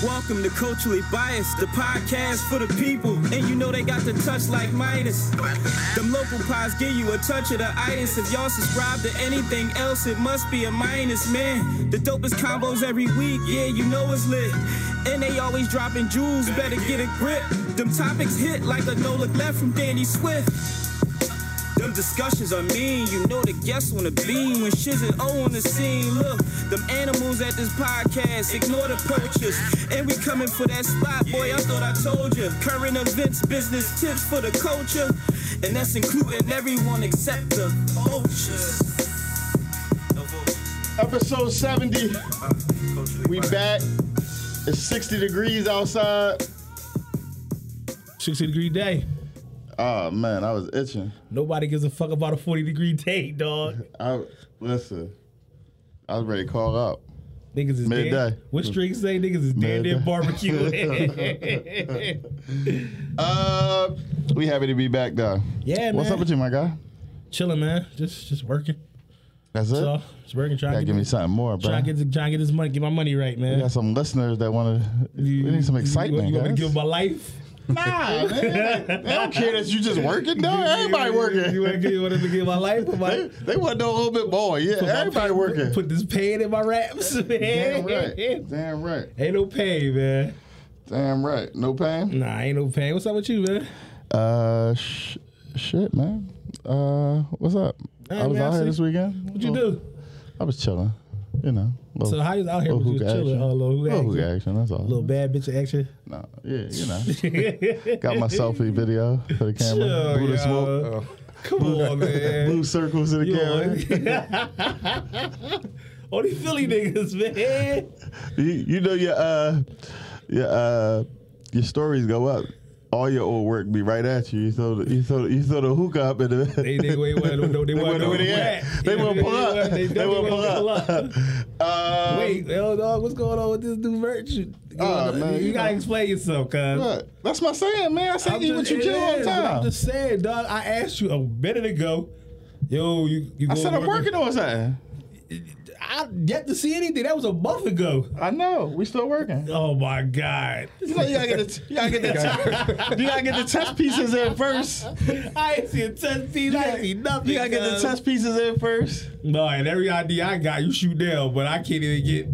Welcome to Culturally Biased, the podcast for the people. And you know they got the touch like Midas. Them local pies give you a touch of the itis. If y'all subscribe to anything else, it must be a minus, man. The dopest combos every week, yeah, you know it's lit. And they always dropping jewels, better get a grip. Them topics hit like a no look left from Danny Swift. Them discussions are mean, you know the guests wanna be when shiz and O on the scene. Look, them animals at this podcast, ignore the purchase. And we coming for that spot, boy, I thought I told you. Current events, business tips for the culture. And that's including everyone except the vultures. Episode 70. We back. It's 60 degrees outside. 60 degree day. Oh man, I was itching. Nobody gives a fuck about a 40 degree day, dog. I listen. I was ready to call out. Niggas is Midday. dead. What streaks say niggas is damn Midday. near barbecue. Uh we happy to be back though. Yeah, What's man. up with you, my guy? Chilling, man. Just just working. That's it? So just working, trying Gotta to give get, me something more, bro. trying to get trying to get this money, get my money right, man. we got some listeners that wanna we need some You- excitement. You, want me to guys. give up my life? nah, man. They don't care that you just working though. Everybody You- you- working. You, want to give, want to give my life? Put They, my, they want to know a little bit more. Yeah, everybody working. Put this pain in my raps, man. Damn right. Damn right. Ain't no pain, man. Damn right. No pain. Nah, ain't no pain. What's up with you, man? Uh, sh- shit, man. Uh, what's up? Hey, I was man, out I here see- this weekend. What you do? I was chilling. You know. Little, So how you out here little with you hookah chilling? action. Oh, little hookah hookah action. action. That's all. Little bad bitch action. No, yeah, you know. Got my selfie video for the camera. Chill, Blue the y'all. smoke. Come on, man. Blue circles in the You camera. on. Only Philly niggas, man. You, you know your uh, your uh, your stories go up. All your old work be right at you. You throw the, you throw you throw the hookah up in the. They they wait they want to They won't know where they at. They won't pull up. They won't pull up. Uh, Wait, yo, dog, what's going on with this new merch? You, Oh, man, you, you gotta know. explain yourself, cuz. Look, that's my saying, man. I say I'm eat just- what you it kill all the is, but I'm time. just saying, dog. I asked you a minute ago. Yo, you. you I go said I'm work- working on something. I yet to see anything. That was a month ago. I know. We still working. Oh my god. You know, you gotta get the, you gotta get the, you gotta get the test pieces in first. I ain't seen test feed. I ain't seen nothing. You gotta get the cuz. test pieces in first. No, and every idea I got, you shoot down, but I can't even get.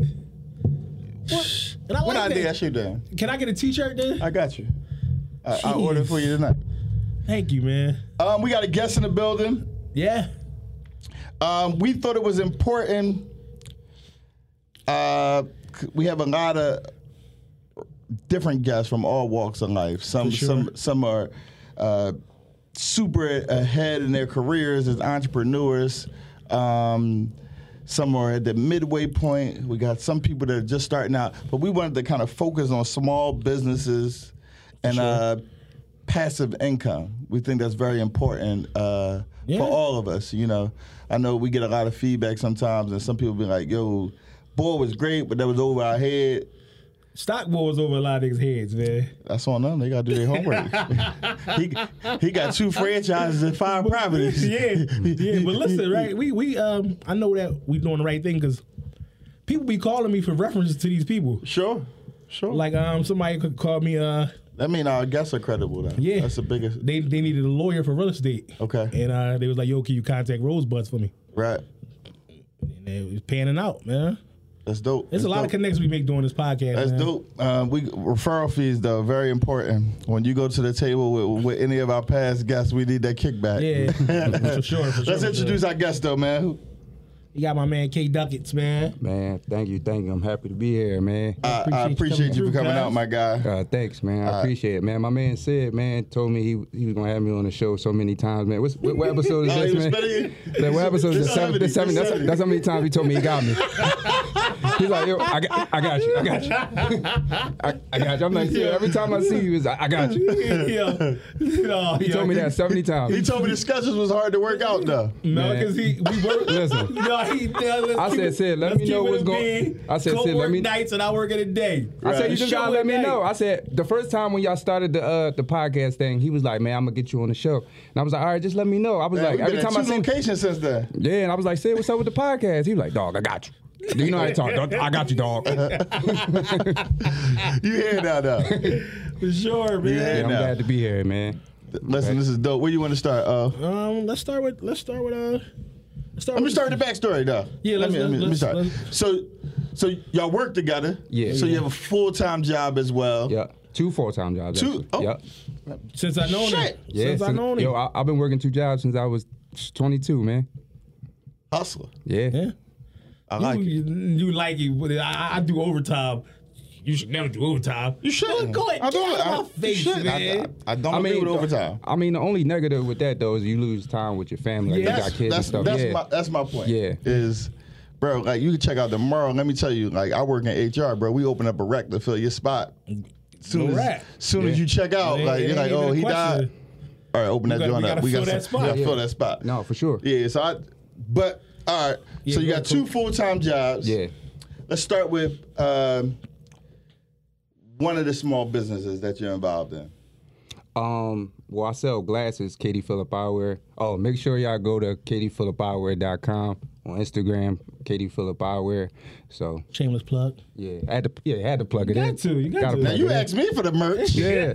What? And I What like idea I that. should do? Can I get a T-shirt then? I got you. I, I ordered for you tonight. Thank you, man. Um, we got a guest in the building. Yeah. Um, we thought it was important. Uh, c- we have a lot of different guests from all walks of life. Some, sure. some, some are uh, super ahead in their careers as entrepreneurs. Um, some are at the midway point. We got some people that are just starting out, but we wanted to kind of focus on small businesses and uh, passive income. We think that's very important uh, Yeah. for all of us. You know, I know we get a lot of feedback sometimes, and some people be like, "Yo, boy was great, but that was over our head." Stock wars over a lot of niggas' heads, man. That's on them. They gotta do their homework. he, he got two franchises and five properties. yeah, yeah. But listen, right? We we um, I know that we doing the right thing because people be calling me for references to these people. Sure, sure. Like Like um, somebody could call me uh, that mean our guests are credible though. Yeah. that's the biggest. they they needed a lawyer for real estate. Okay. And uh, they was like, "Yo, can you contact Rosebuds for me?" Right, And it was panning out, man. that's dope. There's a lot of dope. connections we make during this podcast. That's man. dope. Um, we referral fees though very important. When you go to the table with, with any of our past guests, we need that kickback. Yeah, for sure. For sure Let's for introduce Sure. our guest though, man. Who- You got my man K Duckets, man. Man, thank you, thank you. I'm happy to be here, man. I, I Appreciate you appreciate you for coming coming through, out, my guy. Uh, thanks, man. I appreciate it, man. My man said, man, told me he he was gonna have me on the show so many times, man. What's, what, what episode is Oh, he this, was man? better- Like, what episode is It's this? Seven, 70, this seven, it's that's, 70. that's how many times he told me he got me. He's like, yo, I, got- I got you, I got you, I, I got you. I'm like, yeah, every time I see you, it's, I, I got you. yo, Oh, yo, He told me that 70 times. He told me the schedules was hard to work out though. No, Man. because he we work. Listen. no, he. No, let's I keep said, it- said, let let's me know keep it what's a going- bean. I said, Co-work said, let me- nights and I work in a day. I said, you Right. just Show gotta let at me night. know. I said, the first time when y'all started the uh, the podcast thing, he was like, man, I'm gonna get you on the show. And I was like, all right, just let me know. I was Man, like, we've every been at time I two see locations since then. Yeah, and I was like, "Sid, what's up with the podcast?" He was like, "Dog, I got you." Do you know how to talk? dog? I got you, dog. Yeah, You hear that though? For sure, Yeah. man. I'm no. glad to be here, man. Listen, this is dope. Where you want to start? Uh, Um, let's start with let's start with uh. Let's let start me with- start with the backstory though. Yeah, let let's- me let me, let me let's- start. let's- So, so y'all work together. Yeah. So you have a full time job as well. Yeah, two full time jobs. Two- actually. oh. Yep. since I known Shit. him. Yeah, since I since- known him. yo, I, I've been working two jobs since I was 22, man. Hustler. Yeah. yeah. I like you, it. you like it, but I, I do overtime. You should never do overtime. You should. Go ahead. I get don't. out I, of my face, shit, I, man. I, I don't agree with overtime. I mean, the only negative with that though is you lose time with your family. Like, Yes, you got kids that's, and stuff. That's yeah. my that's my point. Yeah. Is bro, like you can check out tomorrow. Let me tell you, like I work in HR, bro. We open up a rec to fill your spot. Soon No as rec. soon as Yeah. you check out, It ain't- like it you're ain't like, even oh, a he question. died. All right, open that gotta- joint we up. gotta We got fill that some- spot. we gotta Yeah. fill that spot. no, for sure. Yeah. So I, but all right. so you go got two full time jobs. Yeah. Let's start with um, one of the small businesses that you're involved in. Um, well, I sell glasses, Katie Phillip Eyewear. Oh, make sure y'all go to katiephillipeyewear.com on Instagram, Katie Phillip Eyewear. So Shameless plug. yeah, I had to yeah, I had to plug it You got in. to, you got Gotta to. Now plug you it in. asked me for the merch. he Yeah.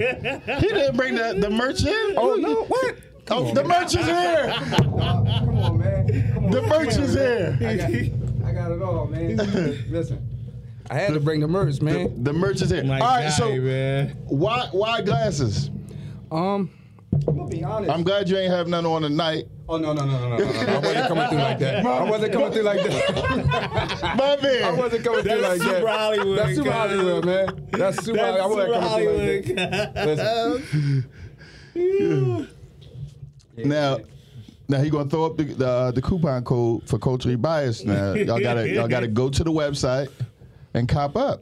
didn't bring the, the merch in. oh no, what? Oh, the merch is here. Come on, man. Come on. The merch is here. I got, I got it all, man. Listen, I had to bring the merch, man. The merch is here. My All right, guy, so man. why why glasses? Um, I'm gonna be honest. I'm glad you ain't have none on tonight. oh no, no, no, no, no, no, no! I wasn't coming through like that. I wasn't coming through like that. My man. I wasn't coming through like That's that. super Hollywood, That's super guys. Hollywood, man. That's super. That's Hollywood. I super Hollywood. wasn't coming through like that. Listen, now. Now he gonna throw up the the, uh, the coupon code for culturally biased. Now y'all gotta y'all gotta go to the website and cop up.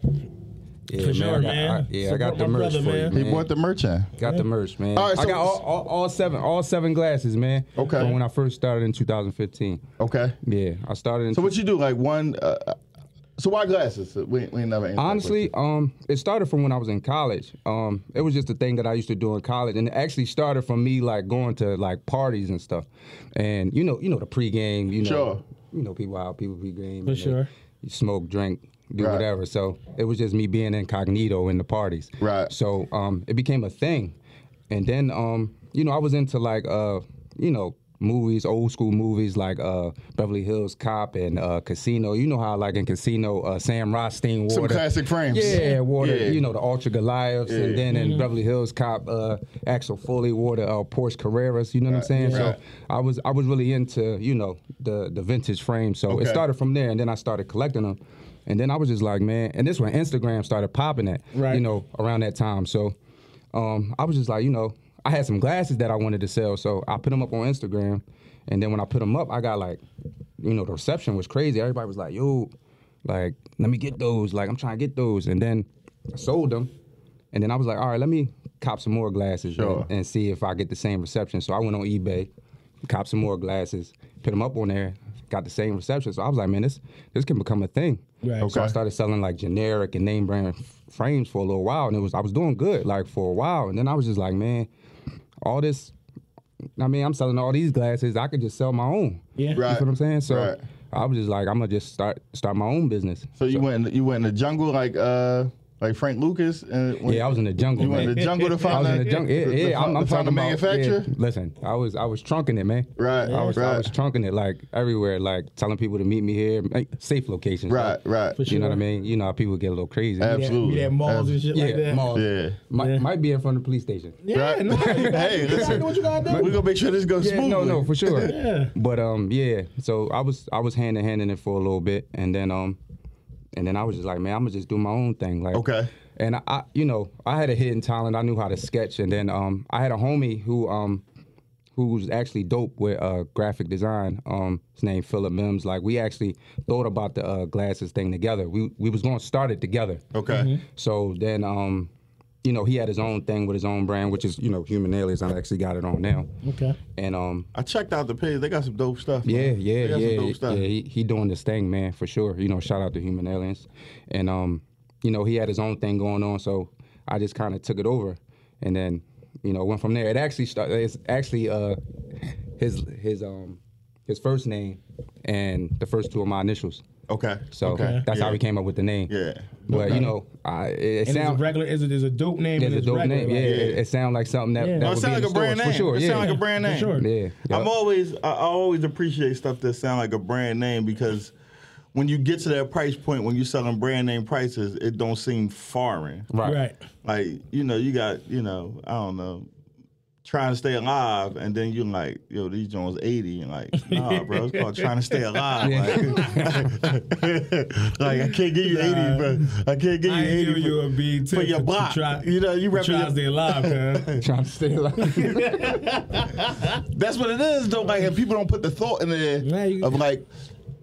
yeah, For sure, I got, man. I, yeah, I Support got the my merch brother, for man. He you, man. bought the merch in. Got the merch, man. All right, I so- got all, all, all seven, all seven glasses, man. Okay. From when I first started in 2015. Okay. Yeah, I started in So what you do? Like one. Uh, uh, so why glasses? We, we ain't never answered that Honestly, um, it started from when I was in college. Um, it was just a thing that I used to do in college, and it actually started from me like going to like parties and stuff. And you know, you know the pregame, you know, Sure. you know people how people pregame. For and they- sure. You smoke, drink, do Right. whatever. So it was just me being incognito in the parties. Right. So um, it became a thing, and then um, you know, I was into like uh, you know. Movies, old school movies like uh, Beverly Hills Cop and uh, Casino. You know how, like in Casino, uh, Sam Rothstein wore Some the- classic frames. yeah, wore the, Yeah. you know, the Ultra Goliaths. And then in Beverly Hills Cop, uh, Axel Foley wore the uh, Porsche Carreras. You know what I'm saying? Right. So I was I was really into, you know, the, the vintage frame. So it Okay. started from there. And then I started collecting them. And then I was just like, man, and this when Instagram started popping at, Right. you know, around that time. So um, I was just like, you know, I had some glasses that I wanted to sell. So I put them up on Instagram. And then when I put them up, I got like, you know, the reception was crazy. Everybody was like, yo, like let me get those like i'm trying to get those and then i sold them and then i was like all right let me cop some more glasses Sure. and, and see if i get the same reception so i went on ebay cop some more glasses put them up on there got the same reception so i was like man this this can become a thing Right. so i Okay. started selling like generic and name brand f- frames for a little while and it was i was doing good like for a while and then i was just like man all this i mean i'm selling all these glasses i could just sell my own Yeah. Right. you feel what I'm saying? So Right. I was just like, I'm gonna just start start my own business. So you went in, you went in the jungle like uh like Frank Lucas and when- Yeah, I was in the jungle. you went in man. the jungle to find I was in the that- jungle. Yeah, to- to yeah, I'm, find- I'm to find talking the about manufacturer. yeah, listen, I was I was trunking it, man. Right, I was I right. was trunking it like everywhere, like telling people to meet me here, like, safe locations. Right, right. You know what I mean? You know how people get a little crazy. Absolutely. Yeah, malls and shit Yeah, like that. malls. Yeah. Might, Yeah. might be in front of the police station. Yeah, Right. no, you gotta- Hey, you gotta listen. do what you gotta We're do. gonna make sure this goes Yeah, smoothly. no, no, for sure. Yeah. But um, yeah. So I was I was hand in hand in it for a little bit, and then um, and then I was just like, man, I'm gonna just do my own thing, like. Okay. And I- I, you know, I had a hidden talent. I knew how to sketch, and then um, I had a homie who um, who's actually dope with uh graphic design. Um, his name Philip Mims. Like we actually thought about the uh, glasses thing together. We we was gonna start it together. Okay. So then, um, you know, he had his own thing with his own brand, which is you know, Human Aliens. I actually got it on now. Okay. And um, I checked out the page. They got some dope stuff. man. yeah, They yeah, got yeah. some dope yeah stuff. he, he doing this thing, man, for sure. You know, shout out to Human Aliens, and um, you know, he had his own thing going on, so I just kind of took it over, and then you know went from there. It actually started. It's actually uh, his his um his first name and the first two of my initials. Okay. So okay. that's how Yeah. we came up with the name. Yeah. But Okay. you know, I, it, it And it's a sounds regular. Is it is a dope name? it's and a dope regular, name. like- Yeah, it, it sounds like something that, Yeah. that No, No, it would be sounds like in a the brand stores, name. for sure. it yeah. sounds like a brand name. For sure. Yeah. I'm always I I always appreciate stuff that sound like a brand name because when you get to that price point when you're selling brand name prices, it don't seem foreign. right. Right. Like, you know, you got, you know, I don't know, trying to stay alive and then you like, yo, these Jones 80 and like, nah, bro, it's called trying to stay alive. Like, like, I can't give you 80, bro. I can't give you I ain't 80 giving you a B for your block. you know, you try to represent stay alive, man. Trying to stay alive. That's what it is, though. Like, and people don't put the thought in there Yeah, you- of like,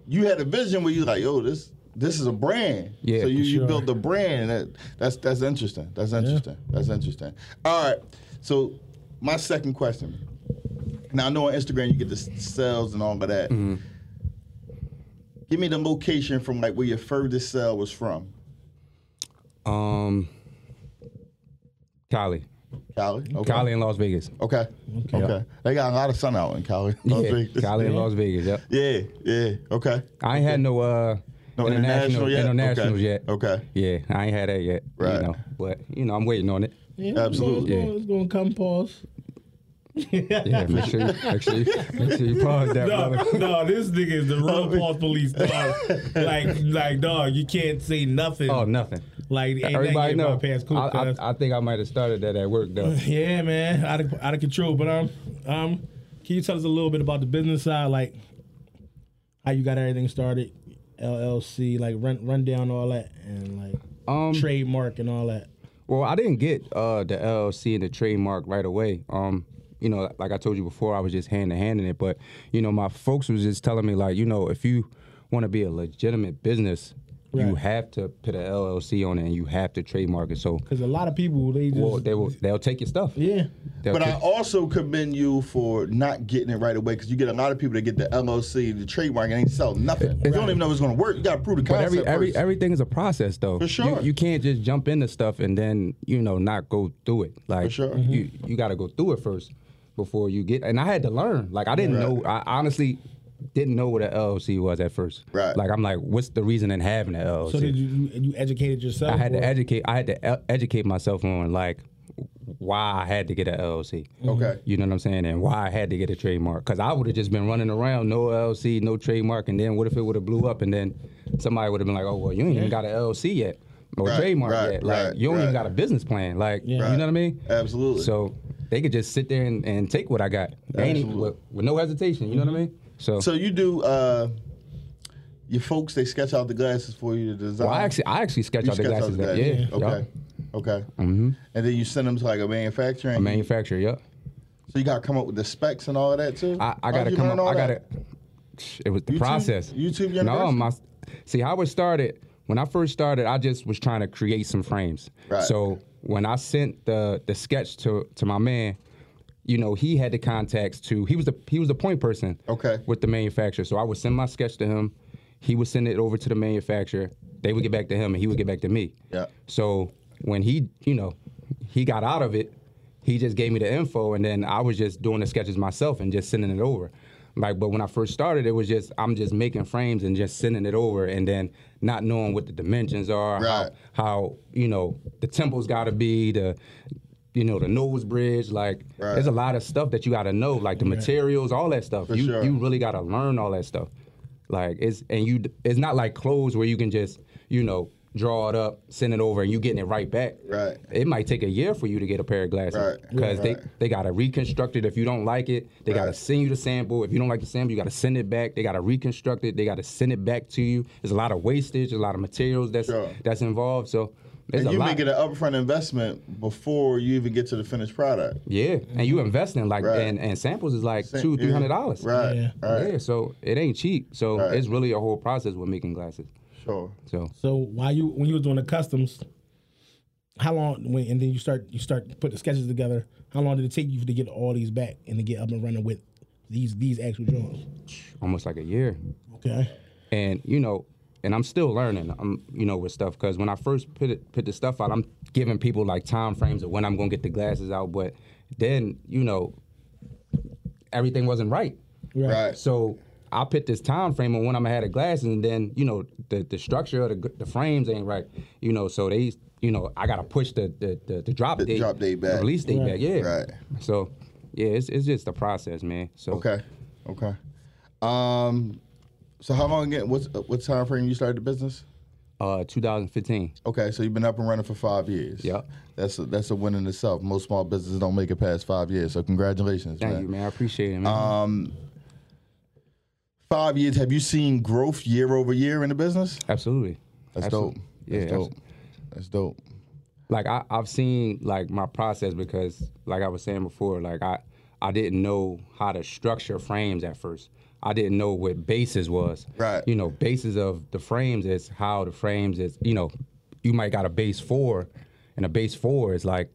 you had a vision where you like, yo, this this is a brand. Yeah, So you, for you sure. built the brand. That that's that's interesting. That's interesting. That's interesting. All right. So my second question. Now I know on Instagram you get the s- sales and all of that. Mm-hmm. Give me the location from like where your furthest sale was from, um, Cali, Cali. Okay. Cali in Las Vegas. Okay. Okay. They got a lot of sun out in Cali. Las yeah, Vegas. Cali in Las Vegas. Yep. Yeah. Yeah. Okay. I ain't had no uh No international international yet? internationals Okay. yet. Okay. Yeah, I ain't had that yet. Right. You know, but you know, I'm waiting on it. Yeah, Absolutely. It's going, it's going to come pause. Yeah, make sure you make sure you, make sure you pause that, No, brother. no, this nigga is the real pause police, dog. like, like, dog, you can't say nothing. Oh, nothing. Like, ain't Everybody nothing know. about past cool. I, I- cuz. I think I might have started that at work though. yeah, man, out of out of control. But um, um, can you tell us a little bit about the business side, like how you got everything started, LLC, like run run down all that, and like Um, trademark and all that. Well, I didn't get uh, the LLC and the trademark right away. Um, you know, like I told you before, I was just hand to hand in it. But you know, my folks was just telling me like, you know, if you want to be a legitimate business, you Right. have to put an LLC on it and you have to trademark it. So, Because a lot of people they just well, they will they'll take your stuff. yeah They'll But I take- also commend you for not getting it right away because you get a lot of people that get the LLC, the trademark, and they sell nothing. You don't even know if it's going to work. You got to prove the But concept every every first. everything is a process though. For sure. You, you can't just jump into stuff and then, you know, not go through it. Like sure. you Mm-hmm. you gotta go through it first before you get and I had to learn. Like I didn't Right. know I honestly didn't know what an LLC was at first. Right. Like I'm like, what's the reason in having an LLC? So did you you, you educated yourself? Oh, I had or- to educate I had to e- educate myself on like why I had to get an LLC. Mm-hmm. Okay. You know what I'm saying? And why I had to get a trademark. Because I would have just been running around, no LLC, no trademark. And then what if it would have blew up and then somebody would have been like, oh, well, you ain't even got an LLC yet or Right, trademark right, yet. Like, right, you don't right. even got a business plan. Like, you know what I mean? Absolutely. So they could just sit there and, and take what I got. They ain't even- Absolutely. with, with no hesitation. You know what I mean? So, So you do, uh, your folks, they sketch out the glasses for you to design. well, I actually, I actually sketch You out the glasses. that- yeah. glasses. yup. Okay. Okay. Mm-hmm. And then you send them to like a manufacturer. and you- Manufacturer, yep. so you got to come up with the specs and all of that too? I, I How'd gotta you come learn up. all I gotta. that? It was the YouTube- process. YouTube No, University? my. See how it started. When I first started, I just was trying to create some frames. Right. So when I sent the the sketch to to my man, you know, he had the contacts to. He was the he was the point person. Okay. With the manufacturer, so I would send my sketch to him. He would send it over to the manufacturer. They would get back to him, and he would get back to me. Yeah. So when he, you know, he got out of it, he just gave me the info, and then I was just doing the sketches myself and just sending it over. Like, but when I first started, it was just I'm just making frames and just sending it over, and then not knowing what the dimensions are, Right. how, how you know the temple's got to be the. You know the nose bridge, like Right. there's a lot of stuff that you got to know, like the materials, all that stuff. you sure. you really got to learn all that stuff. Like it's and you it's not like clothes where you can just you know draw it up, send it over, and you getting it right back. Right. It might take a year for you to get a pair of glasses Right. because Right. they they gotta reconstruct it. If you don't like it, they gotta Right. send you the sample. If you don't like the sample, you gotta send it back. They gotta reconstruct it. They gotta send it back to you. There's a lot of wastage, a lot of materials that's Sure. that's involved. So there's And a you lot. make it an upfront investment before you even get to the finished product. yeah, and you investing like Right. and, and samples is like Sa- two yeah. three hundred dollars. Right. Yeah. Right. Yeah, so it ain't cheap. So Right. it's really a whole process with making glasses. Sure. So So while you when you were doing the customs, how long when and then you start you start to put the sketches together, how long did it take you to get all these back and to get up and running with these these actual drawings? almost like a year. Okay. and you know and i'm still learning i'm you know with stuff because when i first put it, put the stuff out i'm giving people like time frames of when i'm gonna get the glasses out but then you know everything wasn't right Right. Right. so I put this time frame on when I'm gonna have the glasses, and then you know the the structure of the, the frames ain't right. You know, so they you know I gotta push the the, the, the drop The date, drop date the back. release date Right. back. Yeah, Right. So yeah, it's it's just the process, man. So Okay. Okay. Um, so how long again? What's uh, what time frame you started the business? uh, 2015. Okay, so you've been up and running for five years. Yep. That's a, that's a win in itself. Most small businesses don't make it past five years. So congratulations, Thank man. you, man. I appreciate it, man. Uh, Five years. Have you seen growth year over year in the business? absolutely. That's Absolute- dope. Yeah, that's dope. That's dope. like I, I've seen like my process because like I was saying before, like I I didn't know how to structure frames at first. I didn't know what bases was. Right. You know, bases of the frames is how the frames is, you know, you might got a base four and a base four is like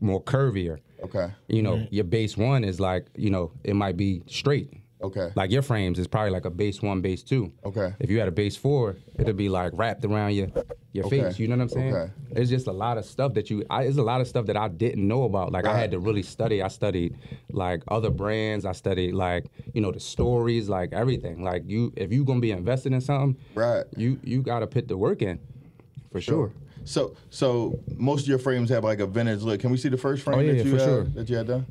more curvier. Okay. You know, your base one is like, you know, it might be straight. Okay. Like your frames is probably like a base one, base two. Okay. If you had a base four, it'll be like wrapped around your your Okay. face. You know what I'm saying? Okay. It's just a lot of stuff that you. I, it's a lot of stuff that I didn't know about. Like I had to really study. I studied like other brands. I studied like you know the stories, like everything. Like you, if you gonna be invested in something, Right. You you gotta put the work in, for sure. So so most of your frames have like a vintage look. Can we see the first frame Oh, yeah, that you for had, sure. that you had done?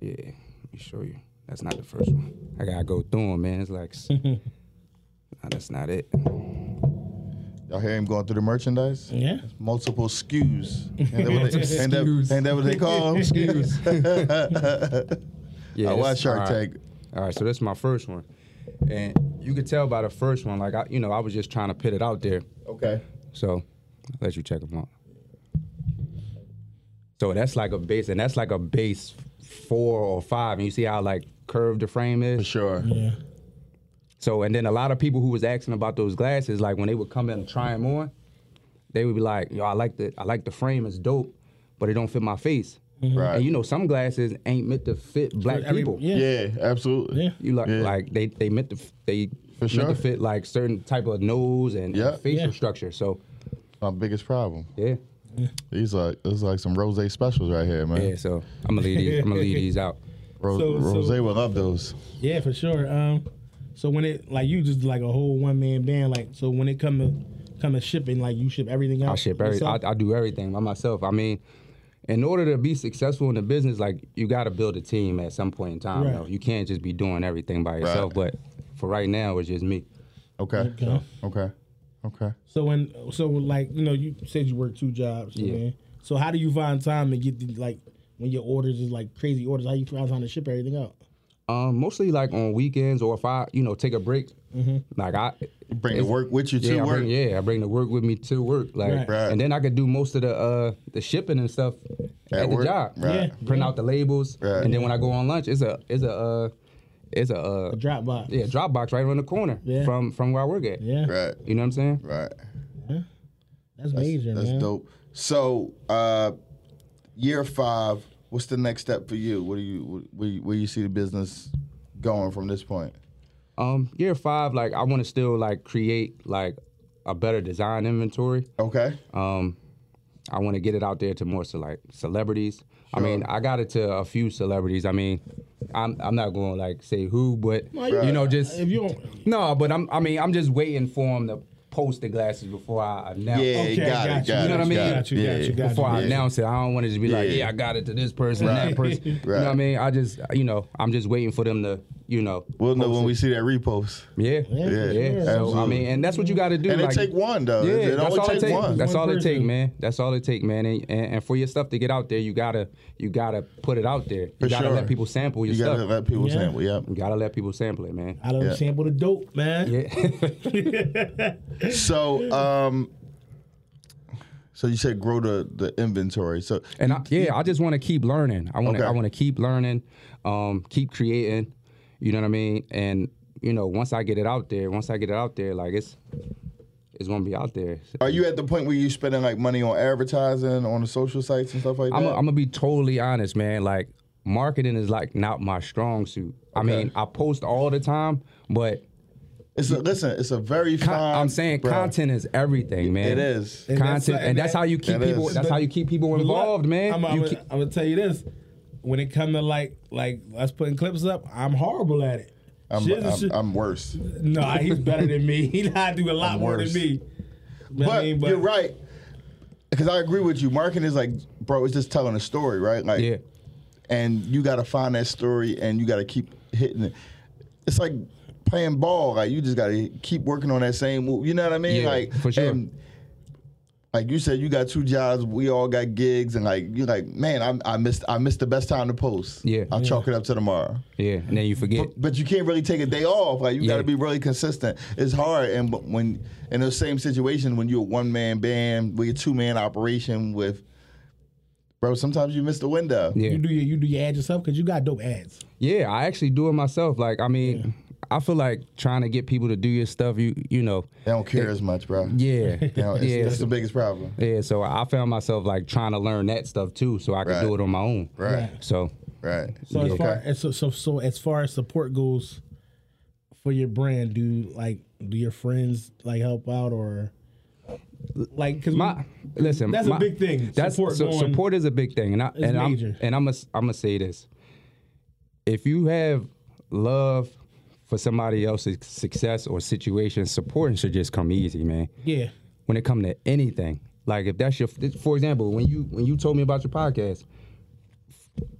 Yeah, let me show you. That's not the first one. I gotta go through them, man. It's like, s- nah, that's not it. Y'all hear him going through the merchandise? Yeah. Multiple SKUs. Ain't that what they, Multiple ain't that- SKUs. ain't that what they call 'em? Excuse. yeah, Oh, I watch this- Shark all right. Tank. All right, so that's my first one, and you could tell by the first one, like I, you know, I was just trying to put it out there. Okay. So I'll let you check them out. So that's like a base, and that's like a base four or five, and you see how like curved the frame is. For sure. Yeah. So and then a lot of people who was asking about those glasses, like when they would come in and try them on, they would be like, "Yo, I like the I like the frame, it's dope, but it don't fit my face." Right. And you know, some glasses ain't meant to fit black every- people. yeah. Yeah, absolutely. Yeah. You like Yeah. like they they meant to f- they meant sure. to fit like certain type of nose and, and Yeah. facial Yeah. structure. So My biggest problem. yeah, These like it's like some rose specials right here, man. yeah. So I'm gonna leave these, I'm gonna leave these out. Ro- So- so- Rose would love those. Yeah, for sure. Um, so when it like you just like a whole one man band, like so when it come to come to shipping, like you ship everything out. I ship every, I, yourself? I do everything by myself. I mean, in order to be successful in the business, like you got to build a team at some point in time. Right. though. You can't just be doing everything by yourself. But for right now, it's just me. Okay. Okay. Okay. Okay. So when so like you know you said you work two jobs. Yeah. Man. So how do you find time to get the, like when your orders is like crazy orders? How you find time to ship everything out? Um, mostly like on weekends or if I, you know, take a break. Mm-hmm. Like I Bring the it's- work with you Yeah, to I work. bring, yeah, I bring the work with me to work. Like, Right. Right. and then I could do most of the uh the shipping and stuff At at, the work, job. right. Yeah. Print out the labels, Right. and then when I go on lunch, it's a it's a uh, it's a uh, A Dropbox. yeah Dropbox right around the corner Yeah. from from where I work at. Yeah. Right. You know what I'm saying? Right. That's, That's, major, that's man. dope. So, uh, year five. What's the next step for you? What do you where, you- where you see the business going from this point? Um, year five, like I want to still like create like a better design inventory. Okay. Um, I want to get it out there to more so like celebrities. I mean, I got it to a few celebrities. I mean, I'm I'm not going to like say who, but No, you know, just If you don't, no. But I'm I mean, I'm just waiting for them to post the glasses before I announce. Yeah, okay, got, got it. you. Got You know it, what I mean? Got Got it. you, got yeah. you, got Before I Yeah. announce it, I don't want it to be like, Yeah. yeah, I got it to this person, Right. that person. You know Right. what I mean? I just, you know, I'm just waiting for them to, you know. We'll know post when it. we see that repost. Yeah, Yeah, Yeah, for sure. yeah. So I absolutely. mean, and that's what you got to do. And it like- take one, though. Yeah, It that's only all take it take. one. That's One all it take, person. man. That's all it take, man. And, and and for your stuff to get out there, you gotta you gotta put it out there. You For gotta sure. let people sample your You gotta stuff. let people Yeah. sample. Yep. you gotta let people sample it, man. I don't Yeah. sample the dope, man. Yeah. So, um, so you said grow the the inventory. So, and I, yeah, I just want to keep learning. I want to Okay. I want to keep learning, um, keep creating. You know what I mean? And you know, once I get it out there, once I get it out there, like it's it's gonna be out there. are you at the point where you spending like money on advertising on the social sites and stuff like that? I'm gonna be totally honest, man. Like marketing is like not my strong suit. I Okay. mean, I post all the time, but it's a, listen. It's a very con- fine. I'm saying bruh. content is everything, man. It is. And that's content, like- and that's how you keep That people. is. That's how you keep people involved, man. I'm, You I'm, keep- I'm gonna tell you this: when it come to like like us putting clips up, I'm horrible at it. I'm, Shit is I'm, shit. I'm worse. No, he's better than me. He I do a lot I'm more worse. than me. But, I But mean, you're right. Because I agree with you. Marketing is like, bro, it's just telling a story, right? Like, Yeah. and you got to find that story and you got to keep hitting it. It's like playing ball. Like you just got to keep working on that same move. You know what I mean? Yeah, like for sure. And, like you said, you got two jobs. We all got gigs, and like you're like, man, I, I missed I missed the best time to post. Yeah. I'll chalk it up to tomorrow. Yeah, and then you forget. But, but you can't really take a day off. Like you got Yeah. to be really consistent. It's hard. And but when in those same situations, when you're a one man band, with a two man operation with, bro, sometimes you miss the window. Yeah. you do your you do your ads yourself because you got dope ads. Yeah, I actually do it myself. Like, I mean, I feel like trying to get people to do your stuff. You, you know. They don't care as much, bro. Yeah. You know, it's, yeah. that's the so- biggest problem. yeah. So I found myself like trying to learn that stuff too, so I could do Right. it on my own. Right, So right. So as Yeah. far Okay. as so, so so as far as support goes for your brand, do like do your friends like help out or like because Mm. my listen, That's a my- big thing. That's Support support. going- support is a big thing, and I and major. I'm and I'm i I'm gonna say this. If you have love for somebody else's success or situation, supporting should just come easy, man. yeah when it come to anything. Like if that's your, for example, when you when you told me about your podcast,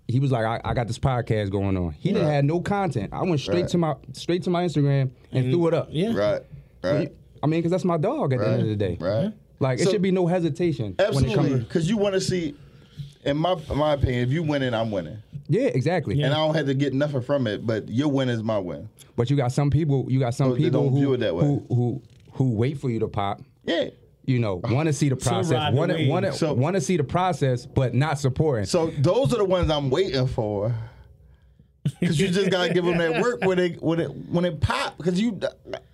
he was like, I, I got this podcast going on. He didn't Right. have no content. I went straight Right. to my straight to my Instagram and threw it up. yeah Right, right. I mean, because that's my dog at the end of the day. Right. Like it So- should be no hesitation when it Absolutely, comes. because you want to see. In my in my opinion, if you winning, I'm winning, Yeah, exactly. and I don't have to get nothing from it. But your win is my win. But you got some people. You got some Oh, they people don't who, view it that way. who who who wait for you to pop. Yeah. You know, want to see the process. ride the Want to wave. want to So- want to see the process, but not supporting. So those are the ones I'm waiting for. Cause you just gotta give them that work when it when it when it pop. Cause you,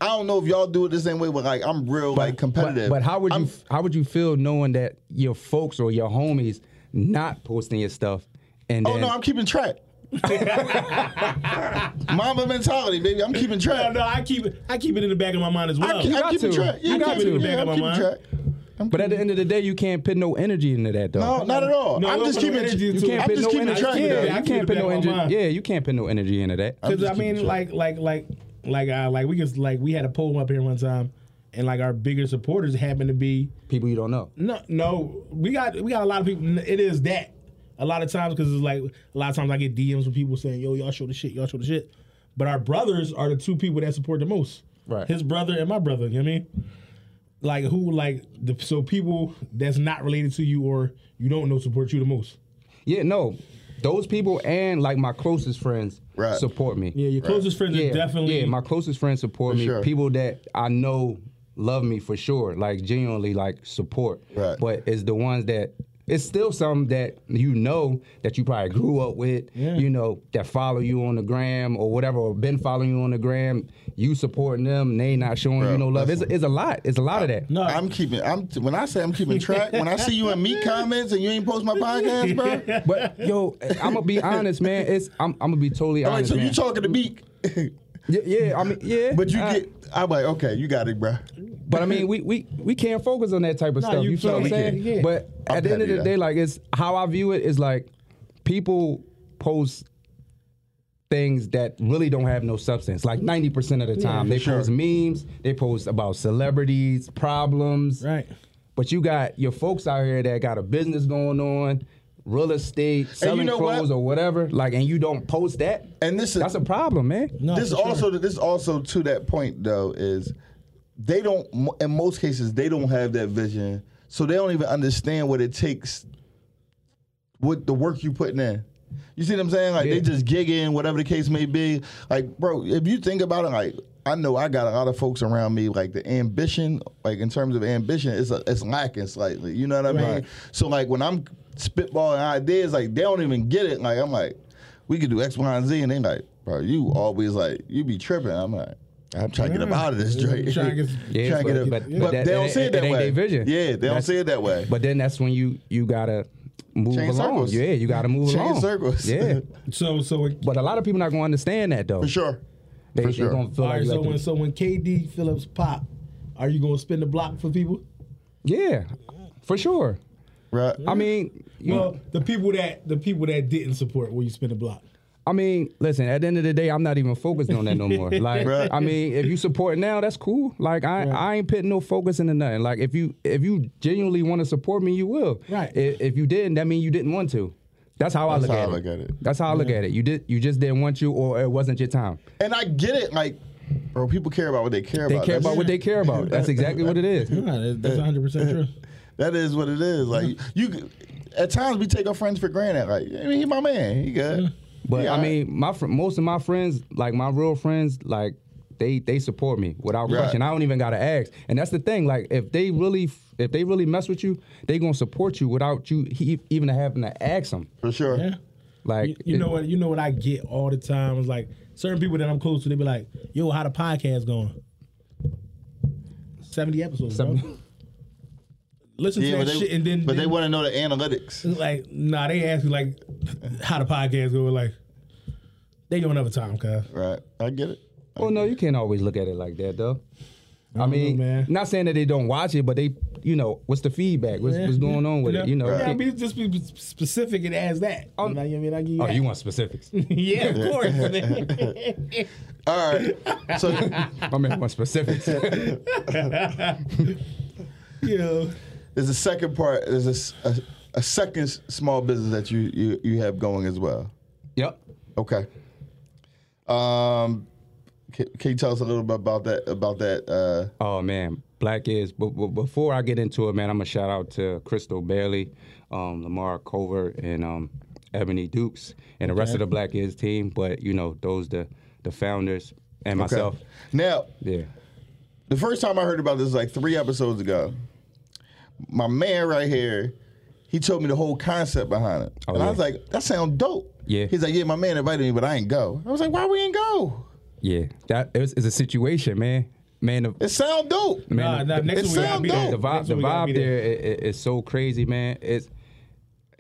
I don't know if y'all do it the same way, but like I'm real like competitive. But, but how would you I'm- how would you feel knowing that your folks or your homies not posting your stuff? And Oh then, no, I'm keeping track. Mama mentality, baby. I'm keeping track. no I keep it I keep it in the back of my mind as well. I'm, keep- You got I'm keeping to. track. You I'm got keeping- to. yeah, Back of my I'm keeping mind. track. I'm but at the end of the day, you can't put no energy into that though. no, not at all. No, I'm we'll just put no keeping. energy you into it. can't I'm put just no keeping energy. track. yeah, though. I you keep it can't put back no in my energy. mind. Yeah, you can't put no energy into that. Because I just mean, keeping like, like, like, like, uh, like we just like we had a poll up here one time, and like our bigger supporters happened to be People you don't know. no, no. We got we got a lot of people. It is that a lot of times because it's like a lot of times I get DMs from people saying, "Yo, y'all show the shit, y'all show the shit." But our brothers are the two people that support the most. Right. His brother and my brother. You know what I mean? Like who like the so people that's not related to you or you don't know support you the most. Yeah, no. Those people and like my closest friends Right. support me. Yeah, your closest friends are definitely yeah, my closest friends support For me. sure. People that I know love me for sure, like genuinely like support. Right. But it's the ones that it's still some that you know that you probably grew up with, Yeah. you know, that follow you on the gram or whatever, or been following you on the gram, you supporting them, they not showing Bro, you no love. It's, listen. it's a lot. It's a lot of that. no. I'm keeping. I'm when I say I'm keeping track. when I see you in me comments and you ain't post my podcast, bro. But yo, I'm gonna be honest, man. It's I'm, I'm gonna be totally I'm like, honest, so you man. talking to Meek, yeah, yeah, I mean, yeah. but you I- get. I'm like, okay, you got it, bro. But I mean, we we, we can't focus on that type of No, stuff. you You, feel what I'm can't. saying? Yeah. But I'm at the end of happy the that- day, like it's how I view it is like people post things that really don't have no substance. Like 90% of the time, they sure. post memes, they post about celebrities, problems. right. But you got your folks out here that got a business going on, real estate, selling know what? clothes or whatever. Like, and you don't post that. And this is That's a problem, man. No, this for sure. also this also to that point though is they don't in most cases they don't have that vision so they don't even understand what it takes what the work you putting in you see what i'm saying like Yeah. they just gigging whatever the case may be like bro if you think about it like i know i got a lot of folks around me like the ambition like in terms of ambition it's a, it's lacking slightly you know what i mean Right. so like when i'm spitballing ideas like they don't even get it like i'm like we could do X, Y, and Z. And they like, bro, you always like, you be tripping. I'm like, I'm trying to get up out of this joint. Trying to get- Yeah, Trying to get up. but- but- But, but that- they don't it- see it it that ain't way. their vision. Yeah, they don't That's- see it that way. But then that's when you you gotta move Change along. circles. Yeah, you gotta move Change along. circles. Yeah. So so it, But a lot of people not gonna understand that though. for sure. They, for they sure. gonna feel All right, like so like- when so when KD Phillips pop, are you gonna spin the block for people? Yeah, for sure. Right. I mean, you Well, the people that the people that didn't support, will you spin the block? I mean, listen. At the end of the day, I'm not even focused on that no more. Like, Right. I mean, if you support now, that's cool. Like, I, I ain't putting no focus into nothing. Like, if you if you genuinely want to support me, you will. Right. If, if you didn't, that mean you didn't want to. That's how I That's look how at I it. look at it. That's how I look at it. You did. You just didn't want you, or it wasn't your time. And I get it, like, bro, people care about what they care They about. care That's- about what they care about. That's exactly what it is. Nah, that- that's 100 percent true. That is what it is. Like you, at times we take our friends for granted. Like, I mean, he my man. He good. But He I all right. mean, my fr- most of my friends, like my real friends, like they they support me without Right. question. I don't even gotta ask. And that's the thing. Like if they really f- if they really mess with you, they gonna support you without you he- e, even having to ask them. for sure. Yeah. Like You, you know what? You know what I get all the time is like certain people that I'm close to. They be like, "Yo, how the podcast going?" Seventy episodes, bro. Seventy- Listen Yeah, to but that they, shit, and then but they then- want to know the analytics. like, nah, they ask me like, how the podcast going? Like, they do another time, cuz. Right. I get it. Well, no, you can't always look at it like that though. I, don't know, mean, man. not saying that they don't watch it, but they, you know, what's the feedback? What's, what's going on with it? You know. yeah, I it- mean, just be specific and ask that. Um, you know what I mean? I give you oh, that. you want specifics? yeah, of course. man. All right. So My man wants specifics. you know, there's a second part. There's a s- a, a second s- small business that you, you you have going as well. yep. Okay. Um, can, can you tell us a little bit about that? About that? Uh, Oh man, Black is. But, but before I get into it, man, I'm gonna shout out to Crystal Bailey, um, Lamar Covert, and um, Ebony Dukes, and the rest of the Black is team. But you know, those the the founders and okay. myself. Now, Yeah. The first time I heard about this was like three episodes ago. My man right here, he told me the whole concept behind it. Oh, and I yeah. was like, that sounds dope. Yeah. He's like, yeah, my man invited me, but I ain't go. I was like, why we ain't go? Yeah, that is is a situation, man. Man, the, It sound dope. nah, man, nah, the, next it week we gotta sound be there. the dope. vibe, Next the week we gotta be vibe there i- i- is so crazy, man. It's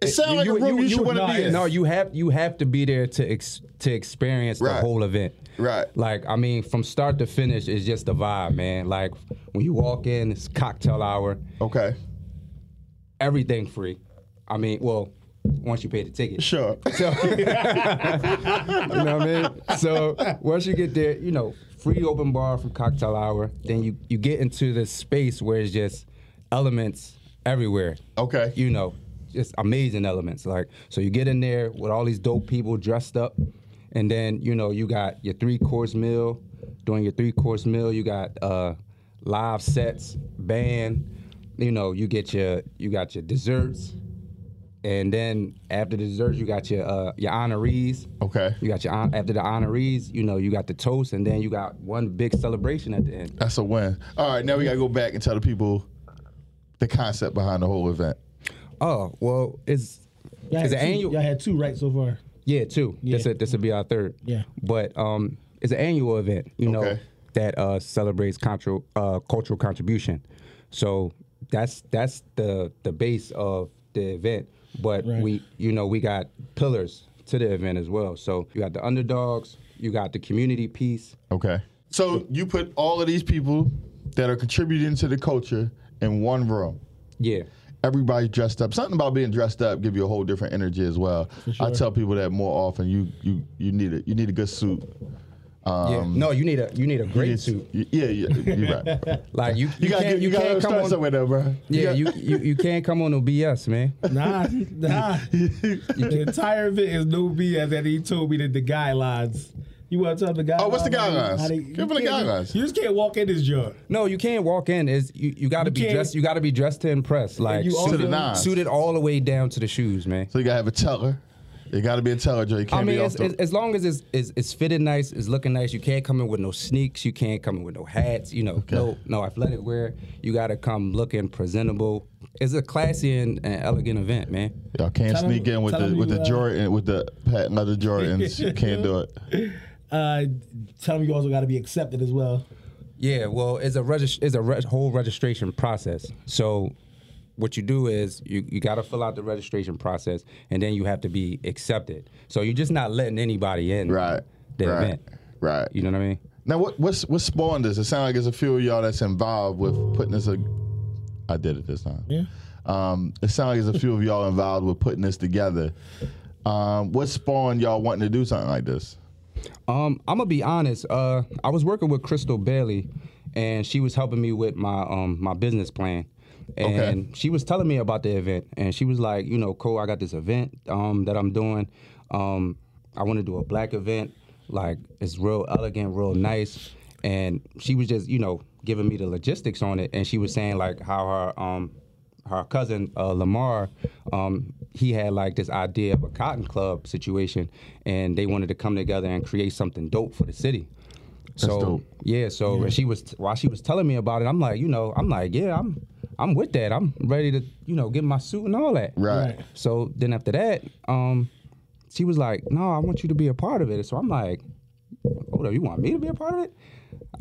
It sound you- like you- a room you, you- should you- want to nah, be in. No, you have you have to be there to ex, to experience the Right. whole event. Right. Like I mean, from start to finish, it's just the vibe, man. Like when you walk in, it's cocktail hour, Okay. everything free. I mean, well, once you pay the ticket. Sure. So, you know what I mean? So once you get there, you know, free open bar from cocktail hour, then you you get into this space where it's just elements everywhere. Okay. You know, just amazing elements. Like so you get in there with all these dope people dressed up and then, you know, you got your three course meal, doing your three course meal, you got uh live sets, band, you know, you get your you got your desserts, and then after the desserts, you got your uh, your honorees. Okay. You got your hon- after the honorees, you know, you got the toast, and then you got one big celebration at the end. That's a win. All right, now we got to go back and tell the people the concept behind the whole event. Oh well, it's Y'all it's had an two- annual. Y'all had two right so far. Yeah, two. This Yeah. a, this will be our third. Yeah. But um, it's an annual event, you know, Okay. that uh, celebrates contru- uh, cultural contribution. So that's that's the the base of the event. But Right. we you know we got pillars to the event as well. So you got the underdogs, you got the community piece. Okay. So you put all of these people that are contributing to the culture in one room. Yeah. everybody's dressed up. Something about being dressed up give you a whole different energy as well. I tell people that more often. You you you need a you need a good suit. yeah. Um, No, you need a you need a great It's- suit. y- Yeah, yeah, you're right. Like you you, You, gotta can't get, you, you, gotta can't come start on somewhere though, bro. Yeah, you, you you can't come on no BS, man. Nah, nah. the entire event is no BS. That he told me that the guidelines. You want to tell the guidelines? Oh, what's the how they- guidelines? how they- Give you them the can't- guidelines. You just can't walk in this joint. No, you can't walk in. Is you, you got to You be can't- dressed. You got to be dressed to impress. Like you also- To the nines. suited all the way down to the shoes, man. So you gotta have a teller. You gotta be a teller, Joe. You can't I mean, be off as, the as, as long as it's, it's it's fitted nice, it's looking nice. You can't come in with no sneaks. You can't come in with no hats. You know, no no athletic wear. You got to come looking presentable. It's a classy and, and elegant event, man. Y'all can't Tell 'em- sneak in with tell the 'em with you, the uh, Jordan with the patent leather Jordans. you can't do it. Uh, tell them you also got to be accepted as well. Yeah, well, it's a regis- it's a re- whole registration process. So, what you do is you, you got to fill out the registration process, and then you have to be accepted. So you're just not letting anybody in, Right. The right. event, Right. you know what I mean? Now what what's what spawned this? It sounds like there's a few of y'all that's involved with putting this a I did it this time. Yeah. Um, it sounds like there's a few of y'all involved with putting this together. Um, what spawned y'all wanting to do something like this? Um, I'm gonna be honest. Uh, I was working with Crystal Bailey, and she was helping me with my um my business plan. And Okay. she was telling me about the event, and she was like, you know, Cole, I got this event um that I'm doing. Um, I want to do a black event. Like it's real elegant, real nice. And she was just, you know, giving me the logistics on it, and she was saying like how her um her cousin uh, Lamar, um, he had like this idea of a cotton club situation, and they wanted to come together and create something dope for the city. so dope. yeah, so and she was while she was telling me about it, I'm like, you know, I'm like, yeah, I'm I'm with that. I'm ready to, you know, get my suit and all that. Right. Right. So then after that, um, she was like, "No, I want you to be a part of it." So I'm like, "Hold up, you want me to be a part of it?"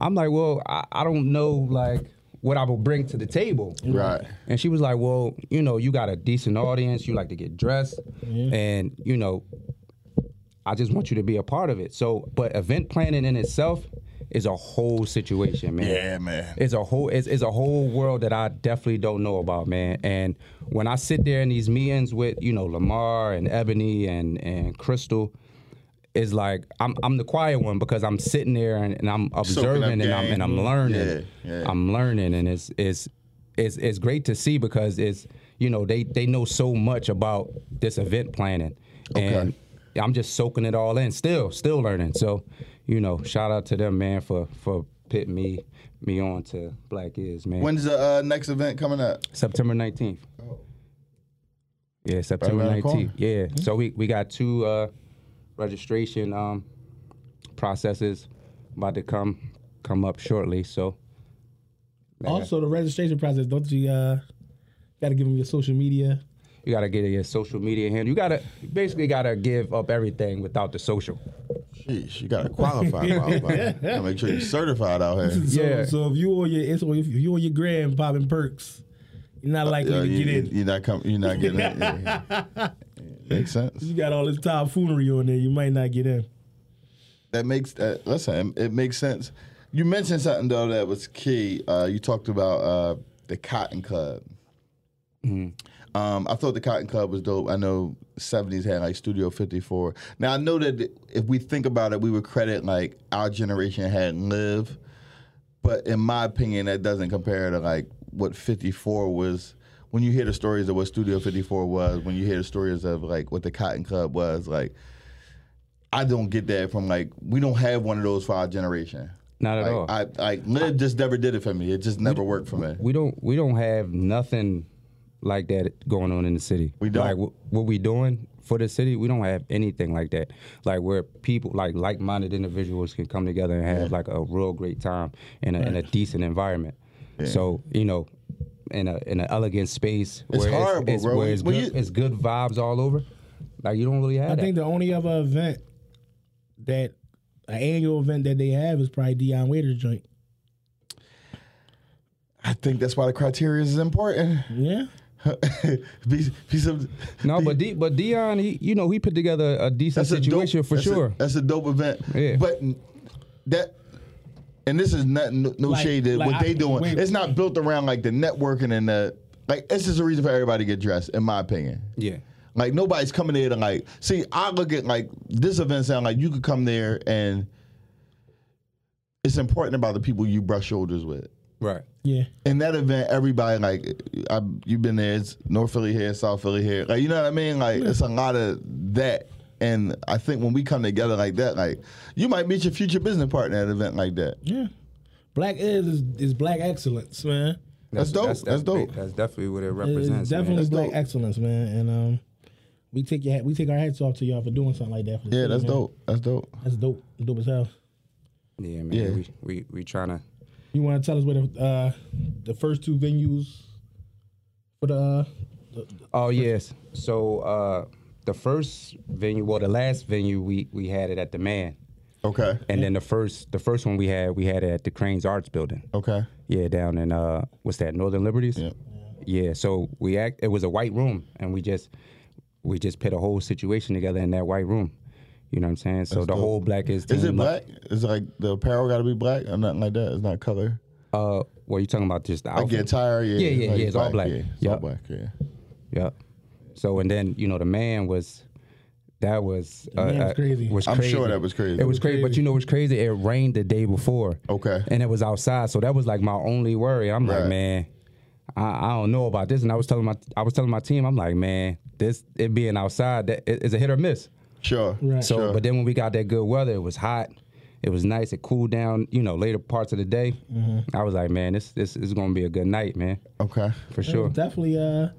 I'm like, "Well, I, I don't know like what I will bring to the table." Right. And she was like, "Well, you know, you got a decent audience. You like to get dressed, and you know, I just want you to be a part of it." So, but event planning in itself is a whole situation, man. Yeah, man. It's a whole it's, it's a whole world that I definitely don't know about, man. And when I sit there in these meetings with you know Lamar and Ebony and and Crystal, it's like I'm I'm the quiet one because I'm sitting there and, and I'm observing and I'm and I'm game. learning. Yeah, yeah. I'm learning and it's it's it's it's great to see because it's you know they they know so much about this event planning and I'm just soaking it all in still still learning so you know shout out to them man for for putting me me on to black is man When's the uh, next event coming up? September 19th yeah September Oh. around the corner. 19th yeah so we we got two uh registration um processes about to come come up shortly so Also, the registration process. Don't you uh, got to give them your social media? You gotta get your social media handle. You gotta you basically gotta give up everything without the social. Sheesh, you gotta qualify. qualify. Gotta make sure you're certified out here. So, Yeah. So if you or your it's- or if you or your grand popping perks, you're not likely Uh, Yeah, to you, get in. are not com- You're not getting it. Yeah. Makes sense. You got all this tomfoonery on there. You might not get in. That makes that. Listen, it makes sense. You mentioned something though that was key. Uh, you talked about uh, the Cotton Club. Um, I thought the Cotton Club was dope. I know '70s had like Studio 54. Now I know that if we think about it, we would credit like our generation had Live, but in my opinion, that doesn't compare to like what 54 was. When you hear the stories of what Studio 54 was, when you hear the stories of like what the Cotton Club was, like I don't get that from like we don't have one of those for our generation. Not at Like, all. I like Live just never did it for me. It just never worked for me. we don't we don't have nothing like that going on in the city. We don't. Like wh- what we doing for the city, we don't have anything like that. Like where people like like-minded individuals can come together and have like a real great time in a, in a decent environment. So you know, in a in an elegant space It's where horrible, it's, bro. where it's, When good, you- it's good vibes all over. Like you don't really have. I that. think the only other event that an annual event that they have is probably Dion Waiter's joint. I think that's why the criteria is important. Yeah. be, be some, No, but D, but Dion, he, you know, he put together a decent that's a situation dope, for that's a- sure. that's a dope event. Yeah. But that, and this is not no, no Like- shade to like what I- they doing. wait. it's not built around like the networking and the like. This is a reason for everybody to get dressed, in my opinion. yeah, Like nobody's coming there to like. See, I look at like this event sound like you could come there and it's important about the people you brush shoulders with. right. Yeah. in that event, everybody like I, you've been there. It's North Philly here, South Philly here. Like you know what I mean? Like it's a lot of that. And I think when we come together like that, like you might meet your future business partner at an event like that. Yeah. Black is is, is black excellence, man. That's, dope. That's, big. dope. That's definitely what it It- represents. It's man. definitely That's black dope. excellence, man. And um, we take your hat, we take our hats off to y'all for doing something like that. For the yeah, city, that's man. dope. That's dope. That's dope. Dope as hell. yeah, man. Yeah. We we we trying to. You want to tell us where the uh, the first two venues for the, uh, the Oh yes. So uh, the first venue, well, the last venue we we had it at the Man, Okay. and then the first the first one we had we had it at the Cranes Arts Building. Okay. Yeah, down in uh, what's that? Northern Liberties. Yep. Yeah. So we act. It was a white room, and we just we just put a whole situation together in that white room. You know what I'm saying? So the dope. whole black is. Is it black? Is it like the apparel got to be black or nothing like that? It's not color. Uh, well, you talking about just the I outfit? get tired. Yeah, Yeah, yeah, like yeah, it's all black. Yeah, it's all Yep. black. Yeah. Yep. So and then you know the man was, That was, uh, Man, it's uh, crazy. was I'm crazy. sure that was crazy. It was crazy, but Crazy. you know what's crazy? It rained the day before. Okay. And it was outside, so that was like my only worry. I'm Right. like, man, I, I don't know about this. And I was telling my I was telling my team, I'm like, man, this it being outside that it, it's a hit or miss. Sure. Right. So, sure. but then when we got that good weather, it was hot. It was nice. It cooled down. You know, later parts of the day. I was like, man, this this is gonna be a good night, man, okay. for It sure. was definitely, uh, it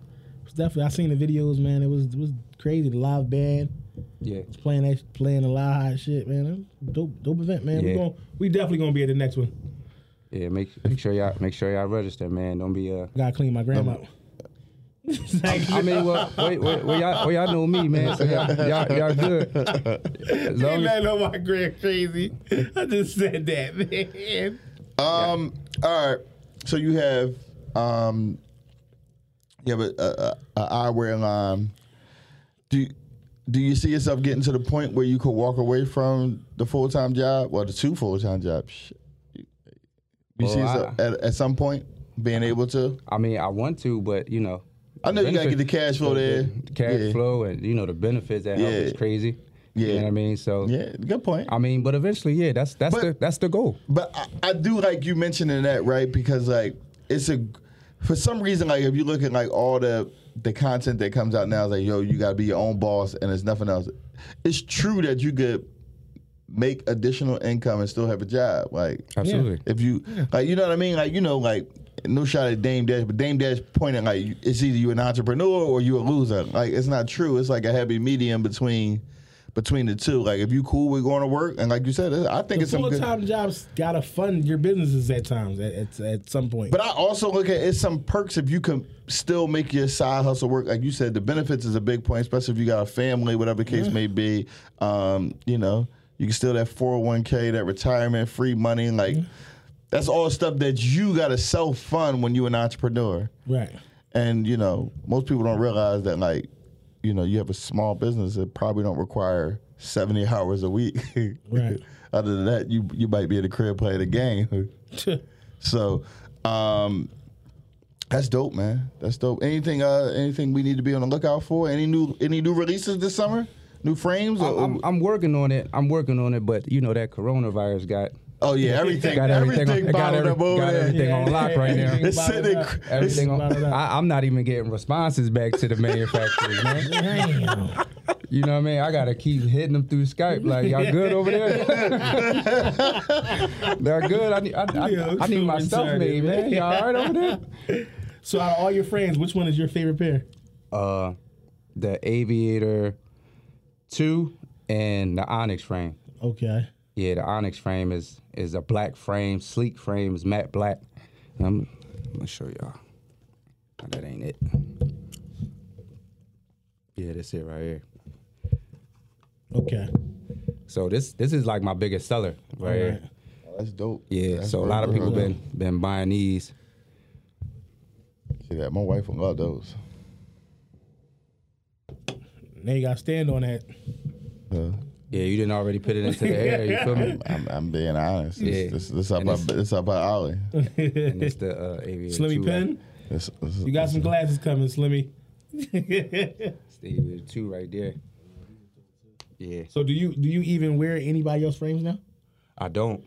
was definitely. I seen the videos, man. It was it was crazy. The live band Yeah. playing that playing a lot of hot shit, man. That was Dope, dope event, man. We Yeah. going we definitely gonna be at the next one. Yeah, make make sure y'all make sure y'all register, man. Don't be uh. I gotta clean my grandma. out. I mean, well, wait, wait, well, y'all, well, y'all know me, man. So y'all, y'all, y'all good. As long as- know my grand crazy. I just said that, man. Um. All right. So you have um, you have a, a, a, a eyewear line. Do do you see yourself getting to the point where you could walk away from the full time job or the two full time jobs? Shit. You see Well, I- yourself at, at some point being able to. I mean, I want to, but you know, I know you gotta get the cash flow there. the cash Yeah. flow, and you know the benefits that help is Yeah. crazy. Yeah. you know what I mean. So, Yeah, good point. I mean, but eventually, yeah, that's that's But- the that's the goal. But I, I do like you mentioning that, right? Because like it's a for some reason like if you look at like all the the content that comes out now, it's like yo, you gotta be your own boss, and it's nothing else. It's true that you could make additional income and still have a job, like Absolutely. if you like, you know what I mean? Like you know, like no shot at Dame Dash, but Dame Dash pointed like you- it's either you an entrepreneur or you a loser. Like it's not true. It's like a happy medium between. Between the two, like if you cool with going to work, and like you said, I think it's some Full good. time jobs gotta fund your businesses at times at, at, at some point. But I also look at it's some perks if you can still make your side hustle work. Like you said, the benefits is a big point, especially if you got a family, whatever the case may be. Um, you know, you can still that four hundred one k, that retirement, free money, like. That's all stuff that you gotta self fund when you an entrepreneur, right. and you know most people don't realize that like, you know you have a small business that probably don't require seventy hours a week. Right. Other than that, you you might be at the crib playing the game. So, um, that's dope, man. That's dope. Anything, uh, anything we need to be on the lookout for? Any new, any new releases this summer? New frames? I'm, Or, I'm, I'm working on it. I'm working on it, but you know that coronavirus got oh yeah, everything, got everything, everything on, got, bottled every- up over got there. everything on lock right now. It's sitting- Everything It's- on, I, I'm not even getting responses back to the manufacturers, man. Damn. You know what I mean? I gotta keep hitting them through Skype. Like, y'all good over there? They're good. I need, I, I, Yeah, I need my it's stuff retarded, made, man. man. Y'all all right over there? So out of all your friends, which one is your favorite pair? Uh, the Aviator Two and the Onyx frame. Okay. Yeah, the Onyx frame is is a black frame, sleek frame is matte black. I'm, I'm gonna show y'all. No, That ain't it. Yeah, that's it right here. Okay. So this this is like my biggest seller right All here. right. Oh, that's dope. Yeah, That's so a dope. lot of people been been buying these. See that? My wife will love those. Now you gotta stand on that. Uh, Yeah, you didn't already put it into the air. You feel me? I'm, I'm being honest. Yeah. This, this, this up, And our, it's- this up our alley. And it's the uh, aviator. Slimmy two, Pen, This, this, you got some glasses coming, Slimmy. Right, it's the aviator two right there. Yeah, So do you do you even wear anybody else frames now? I don't,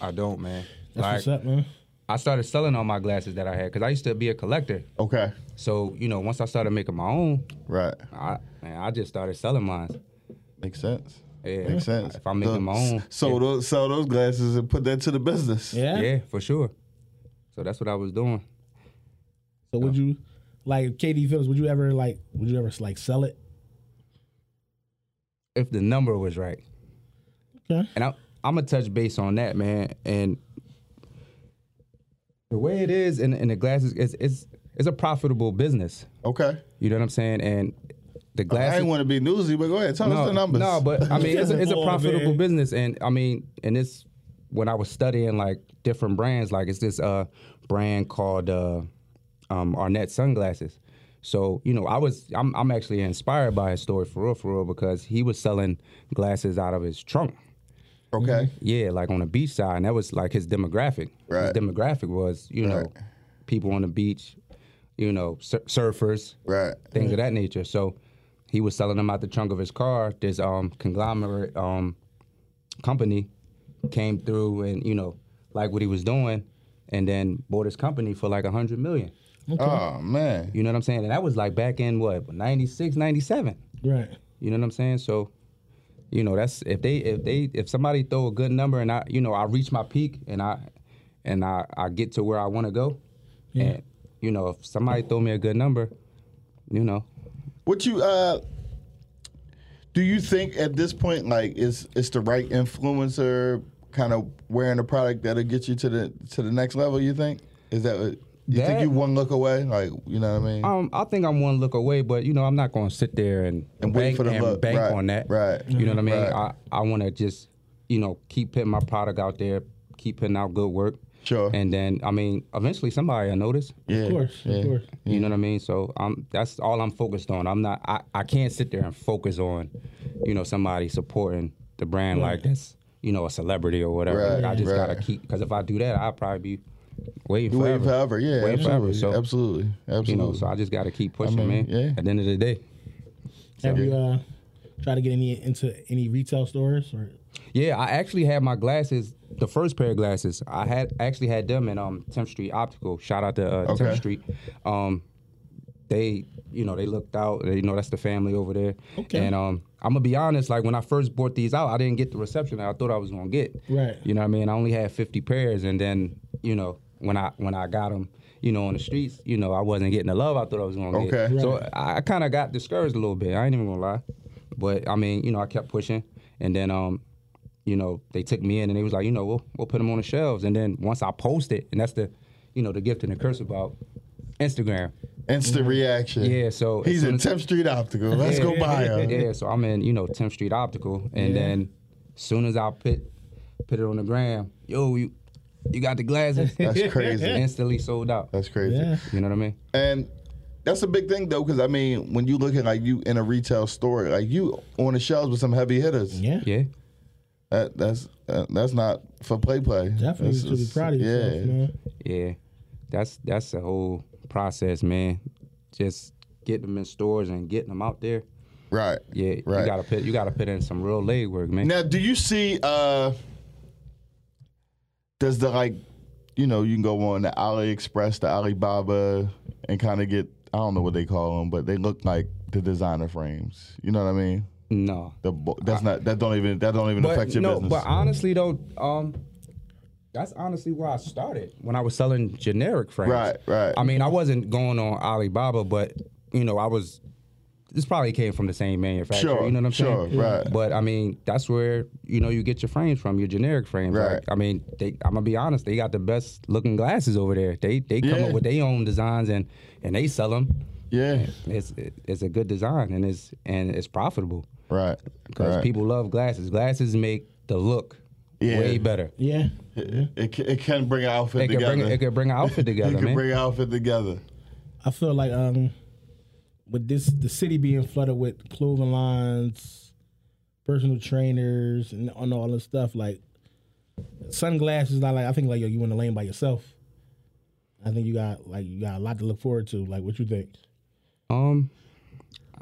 I don't, man. That's what's like up, man. I started selling all my glasses that I had because I used to be a collector. okay, So you know, once I started making my own, right? I man, I just started selling mine. Makes sense. Yeah, Makes sense. If I'm making my own, so those, sell those glasses and put that to the business. Yeah. yeah, for sure. So that's what I was doing. So would you like KD Phillips? Would you ever like? Would you ever like sell it? If the number was right. Okay. And I, I'm gonna touch base on that, man. And the way it is in, in the glasses, it's, it's it's a profitable business. Okay. You know what I'm saying? And the I glasses. ain't want to be newsy, but go ahead. Tell us no, the numbers. no, but I mean, it's a, it's a Oh, profitable man. business, and I mean, and it's when I was studying like different brands, like it's this uh brand called uh, um, Arnett sunglasses. So you know, I was I'm I'm actually inspired by his story for real, for real, because he was selling glasses out of his trunk. okay. Yeah, like on the beach side, and that was like his demographic. Right. His demographic was, you know, Right. people on the beach, you know, sur- surfers, Right. things of that nature. So He was selling them out the trunk of his car. This um, conglomerate um, company came through and you know like what he was doing, and then bought his company for like a hundred million. Oh man. You know what I'm saying? And that was like back in what 96, 97. Right. You know what I'm saying? So, you know, that's if they if they if somebody throw a good number and I you know I reach my peak and I and I I get to where I want to go, and you know if somebody throw me a good number, you know, What you uh do you think at this point like is it's the right influencer kind of wearing the product that'll get you to the to the next level, you think? Is that what you think That- you one look away? Like, you know what I mean? um I think I'm one look away, but you know I'm not gonna sit there and And wait bank- for the and look. bank Right, on that. right. You know what I mean? Right. I I want to just you know keep putting my product out there, keep putting out good work. Sure. And then I mean eventually somebody will notice. yeah. Of course. yeah. Of course. You know what I mean? So I'm that's all I'm focused on. I'm not I, I can't sit there and focus on, you know, somebody supporting the brand like that's, you know, a celebrity or whatever. Right, Like, I just right. gotta keep because if I do that I'll probably be waiting You forever. wait forever, yeah. Waiting absolutely. forever. So absolutely. Absolutely. you know, so I just gotta keep pushing, mean, man. yeah. At the end of the day. Have you uh tried to get any into any retail stores or Yeah, I actually had my glasses, the first pair of glasses. I had actually had them in um 10th Street Optical. Shout out to uh, Okay. 10th Street. Um, they, you know, they looked out. You know, that's the family over there. Okay. And um, I'm gonna be honest. Like when I first bought these out, I didn't get the reception that I thought I was gonna get. Right. You know what I mean? I only had 50 pairs, and then you know when I when I got them. You know, on the streets, you know, I wasn't getting the love I thought I was gonna get. Okay. So I kind of got discouraged a little bit. I ain't even gonna lie, but I mean, you know, I kept pushing, and then um, you know, they took me in and they was like, you know, we'll we'll put them on the shelves, and then once I posted, and that's the, you know, the gift and the curse about Instagram. Instant reaction. mm-hmm. Yeah, so as he's soon in as- 10th Street Optical. Let's Yeah. go buy him. Yeah, so I'm in, you know, 10th Street Optical, and then soon as I put put it on the gram, yo, you you got the glasses, That's crazy. instantly sold out. That's crazy. Yeah. You know what I mean? And that's a big thing though, because I mean, when you look at like you in a retail store, like you on the shelves with some heavy hitters. yeah. Yeah. That, that's uh, that's not for play play. Definitely That's- you should be it's- proud of yourself, man. Yeah, that's that's the whole process, man. Just getting them in stores and getting them out there. Right. Yeah, Right. you gotta put you gotta put in some real legwork, man. Now, do you see? uh Does the like, you know, you can go on the AliExpress, the Alibaba, and kind of get I don't know what they call them, but they look like the designer frames. You know what I mean? no, The bo- that's not that don't even that don't even but affect your no, business. but honestly though, um, that's honestly where I started when I was selling generic frames. Right, right. I mean, I wasn't going on Alibaba, but you know, I was. This probably came from the same manufacturer. Sure, you know what I'm sure, saying? right. But I mean, that's where you know you get your frames from, your generic frames. Right. Like, I mean, they, I'm gonna be honest, they got the best looking glasses over there. They they come Yeah. up with their own designs and and they sell them. yeah. It's it's a good design and it's and it's profitable Right. because right. people love glasses. Glasses make the look Yeah. way better. Yeah. It, it, ca- it can bring an outfit It could together. bring it could bring an outfit it together, can man. bring an outfit together. I feel like um with this the city being flooded with clothing lines, personal trainers and, and all this stuff, like sunglasses not like I think like yo, you in the lane by yourself. I think you got like you got a lot to look forward to. Like what you think? um,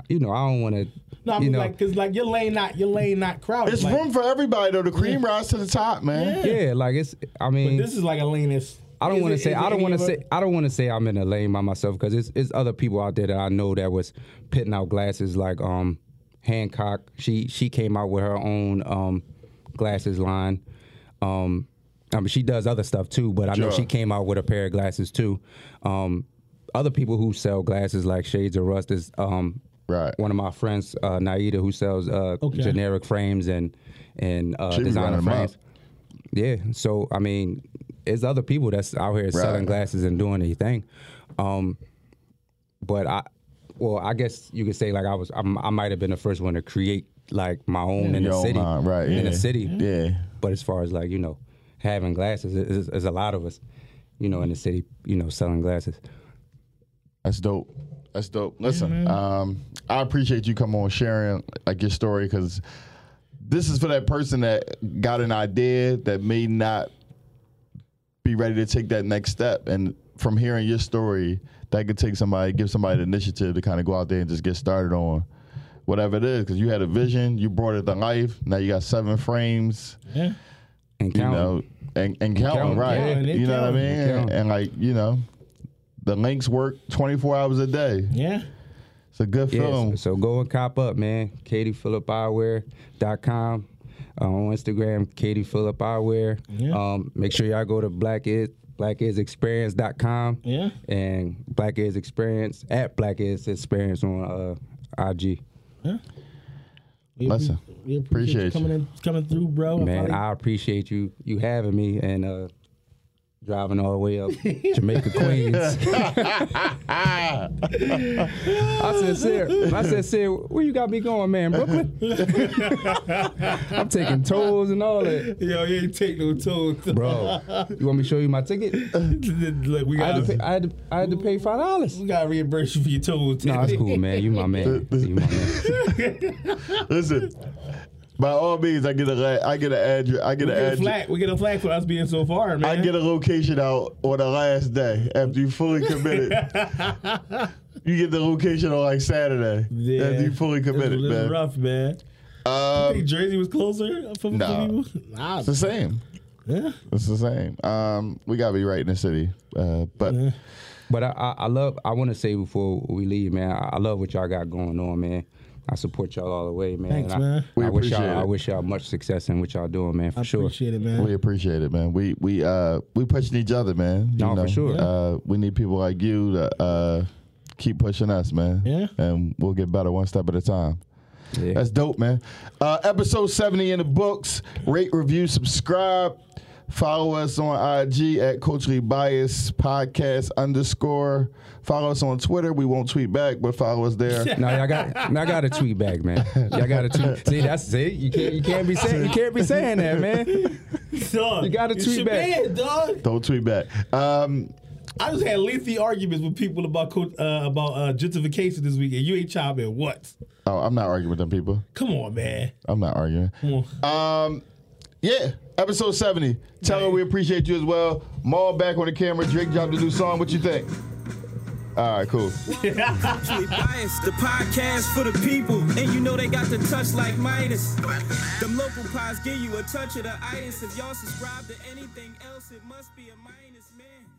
you know, I don't want to. No, I you mean know, like cause like your lane not your lane not crowded. It's like, room for everybody though. The cream rise to the top, man. Yeah. yeah, like it's. I mean, This is like a lane that's I don't is want it- to say is I it don't any want to of a- say I don't want to say I'm in a lane by myself because it's it's other people out there that I know that was pitting out glasses like um Hancock. She she came out with her own um glasses line. Um, I mean she does other stuff too, but I know Sure. she came out with a pair of glasses too. Um, other people who sell glasses like Shades of Rust is um Right. one of my friends uh, Naida who sells uh Okay. generic frames and and uh, She be designer running 'em up. frames. Yeah. So I mean, it's other people that's out here selling glasses and doing their thing. Um, but I, well, I guess you could say like I was, I'm, I might have been the first one to create like my own in Your the own city, line, right, In yeah. the city, Yeah. But as far as like you know, having glasses is, is a lot of us, you know, in the city, you know, selling glasses. That's dope. That's dope. Listen, um, I appreciate you coming on sharing like your story because this is for that person that got an idea that may not be ready to take that next step. And from hearing your story, that could take somebody, give somebody the initiative to kind of go out there and just get started on whatever it is, because you had a vision, you brought it to life. Now you got seven frames, Yeah. And you count. know, and, and counting, counting, right? counting, it you know what I mean? counting, it And, counting. and, like, you know, the links work 24 hours a day. Yeah. It's a good Yeah, film. so, so go and cop up, man. KatiePhillipEyewear.com. Uh, on Instagram, Katie Phillip Eyewear. Yeah. Um, make sure y'all go to Black Is blackedexperience.com Yeah. and Black Is Experience at Black Is Experience on uh, IG. We Listen, appre- we appreciate, you appreciate you. coming in, coming through, bro. I Man, probably- I appreciate you you having me and uh, driving all the way up Jamaica Queens. I said, Sir, I said, Sir, where you got me going, man? Brooklyn. I'm taking tolls and all that. Yo, you ain't take no toll. Bro, you want me to show you my ticket? Look, we I had got to pay, I had to, I had to pay five dollars. we got to reimburse you for your tolls. No, that's cool, man. You my man. You my man. Listen, by all means, I get a la- I get an address. I get an we get a address. flag. We get a flag for us being so far, man. I get a location out on the last day after you fully committed. you get the location on like Saturday Yeah. after you fully It's a committed, little man. rough, man. Um, Think Jersey was closer for, for Nah. people. Nah, it's the same. yeah. It's the same. Um, we gotta be right in the city, uh, but Yeah. But I, I, I love. I want to say before we leave, man. I, I love what y'all got going on, man. I support y'all all the way, man. Thanks, And I, man. We I wish y'all. appreciate it. I wish y'all much success in what y'all doing, man. For I sure. appreciate it, man. we appreciate it, man. We we uh we pushing each other, man. You No, for know? sure. Uh, we need people like you to uh keep pushing us, man. Yeah. and we'll get better one step at a time. Yeah. That's dope, man. Uh, episode 70 in the books. Rate, review, subscribe. Follow us on IG at Culturally Biased Podcast underscore. Follow us on Twitter. We won't tweet back, but follow us there. No, y'all got. Now I got to tweet back, man. Y'all got to tweet. See, that's see. You can't. You can't be saying. You can't be saying that, man. Dog, You gotta it's tweet your back. man, dog. Don't tweet back. Um, I just had lengthy arguments with people about co- uh, about uh, gentrification this weekend. You ain't chopping what? oh, I'm not arguing with them people. Come on, man. I'm not arguing. Come on. Um, yeah, episode 70. Tell her we appreciate you as well. Maul back on the camera. Drake dropped a new song. What you think? All right, cool. Culturally biased, the podcast for the people, and you know they got the touch like Midas. Them local pies give you a touch of the itis. If y'all subscribe to anything else, it must be a minus, man.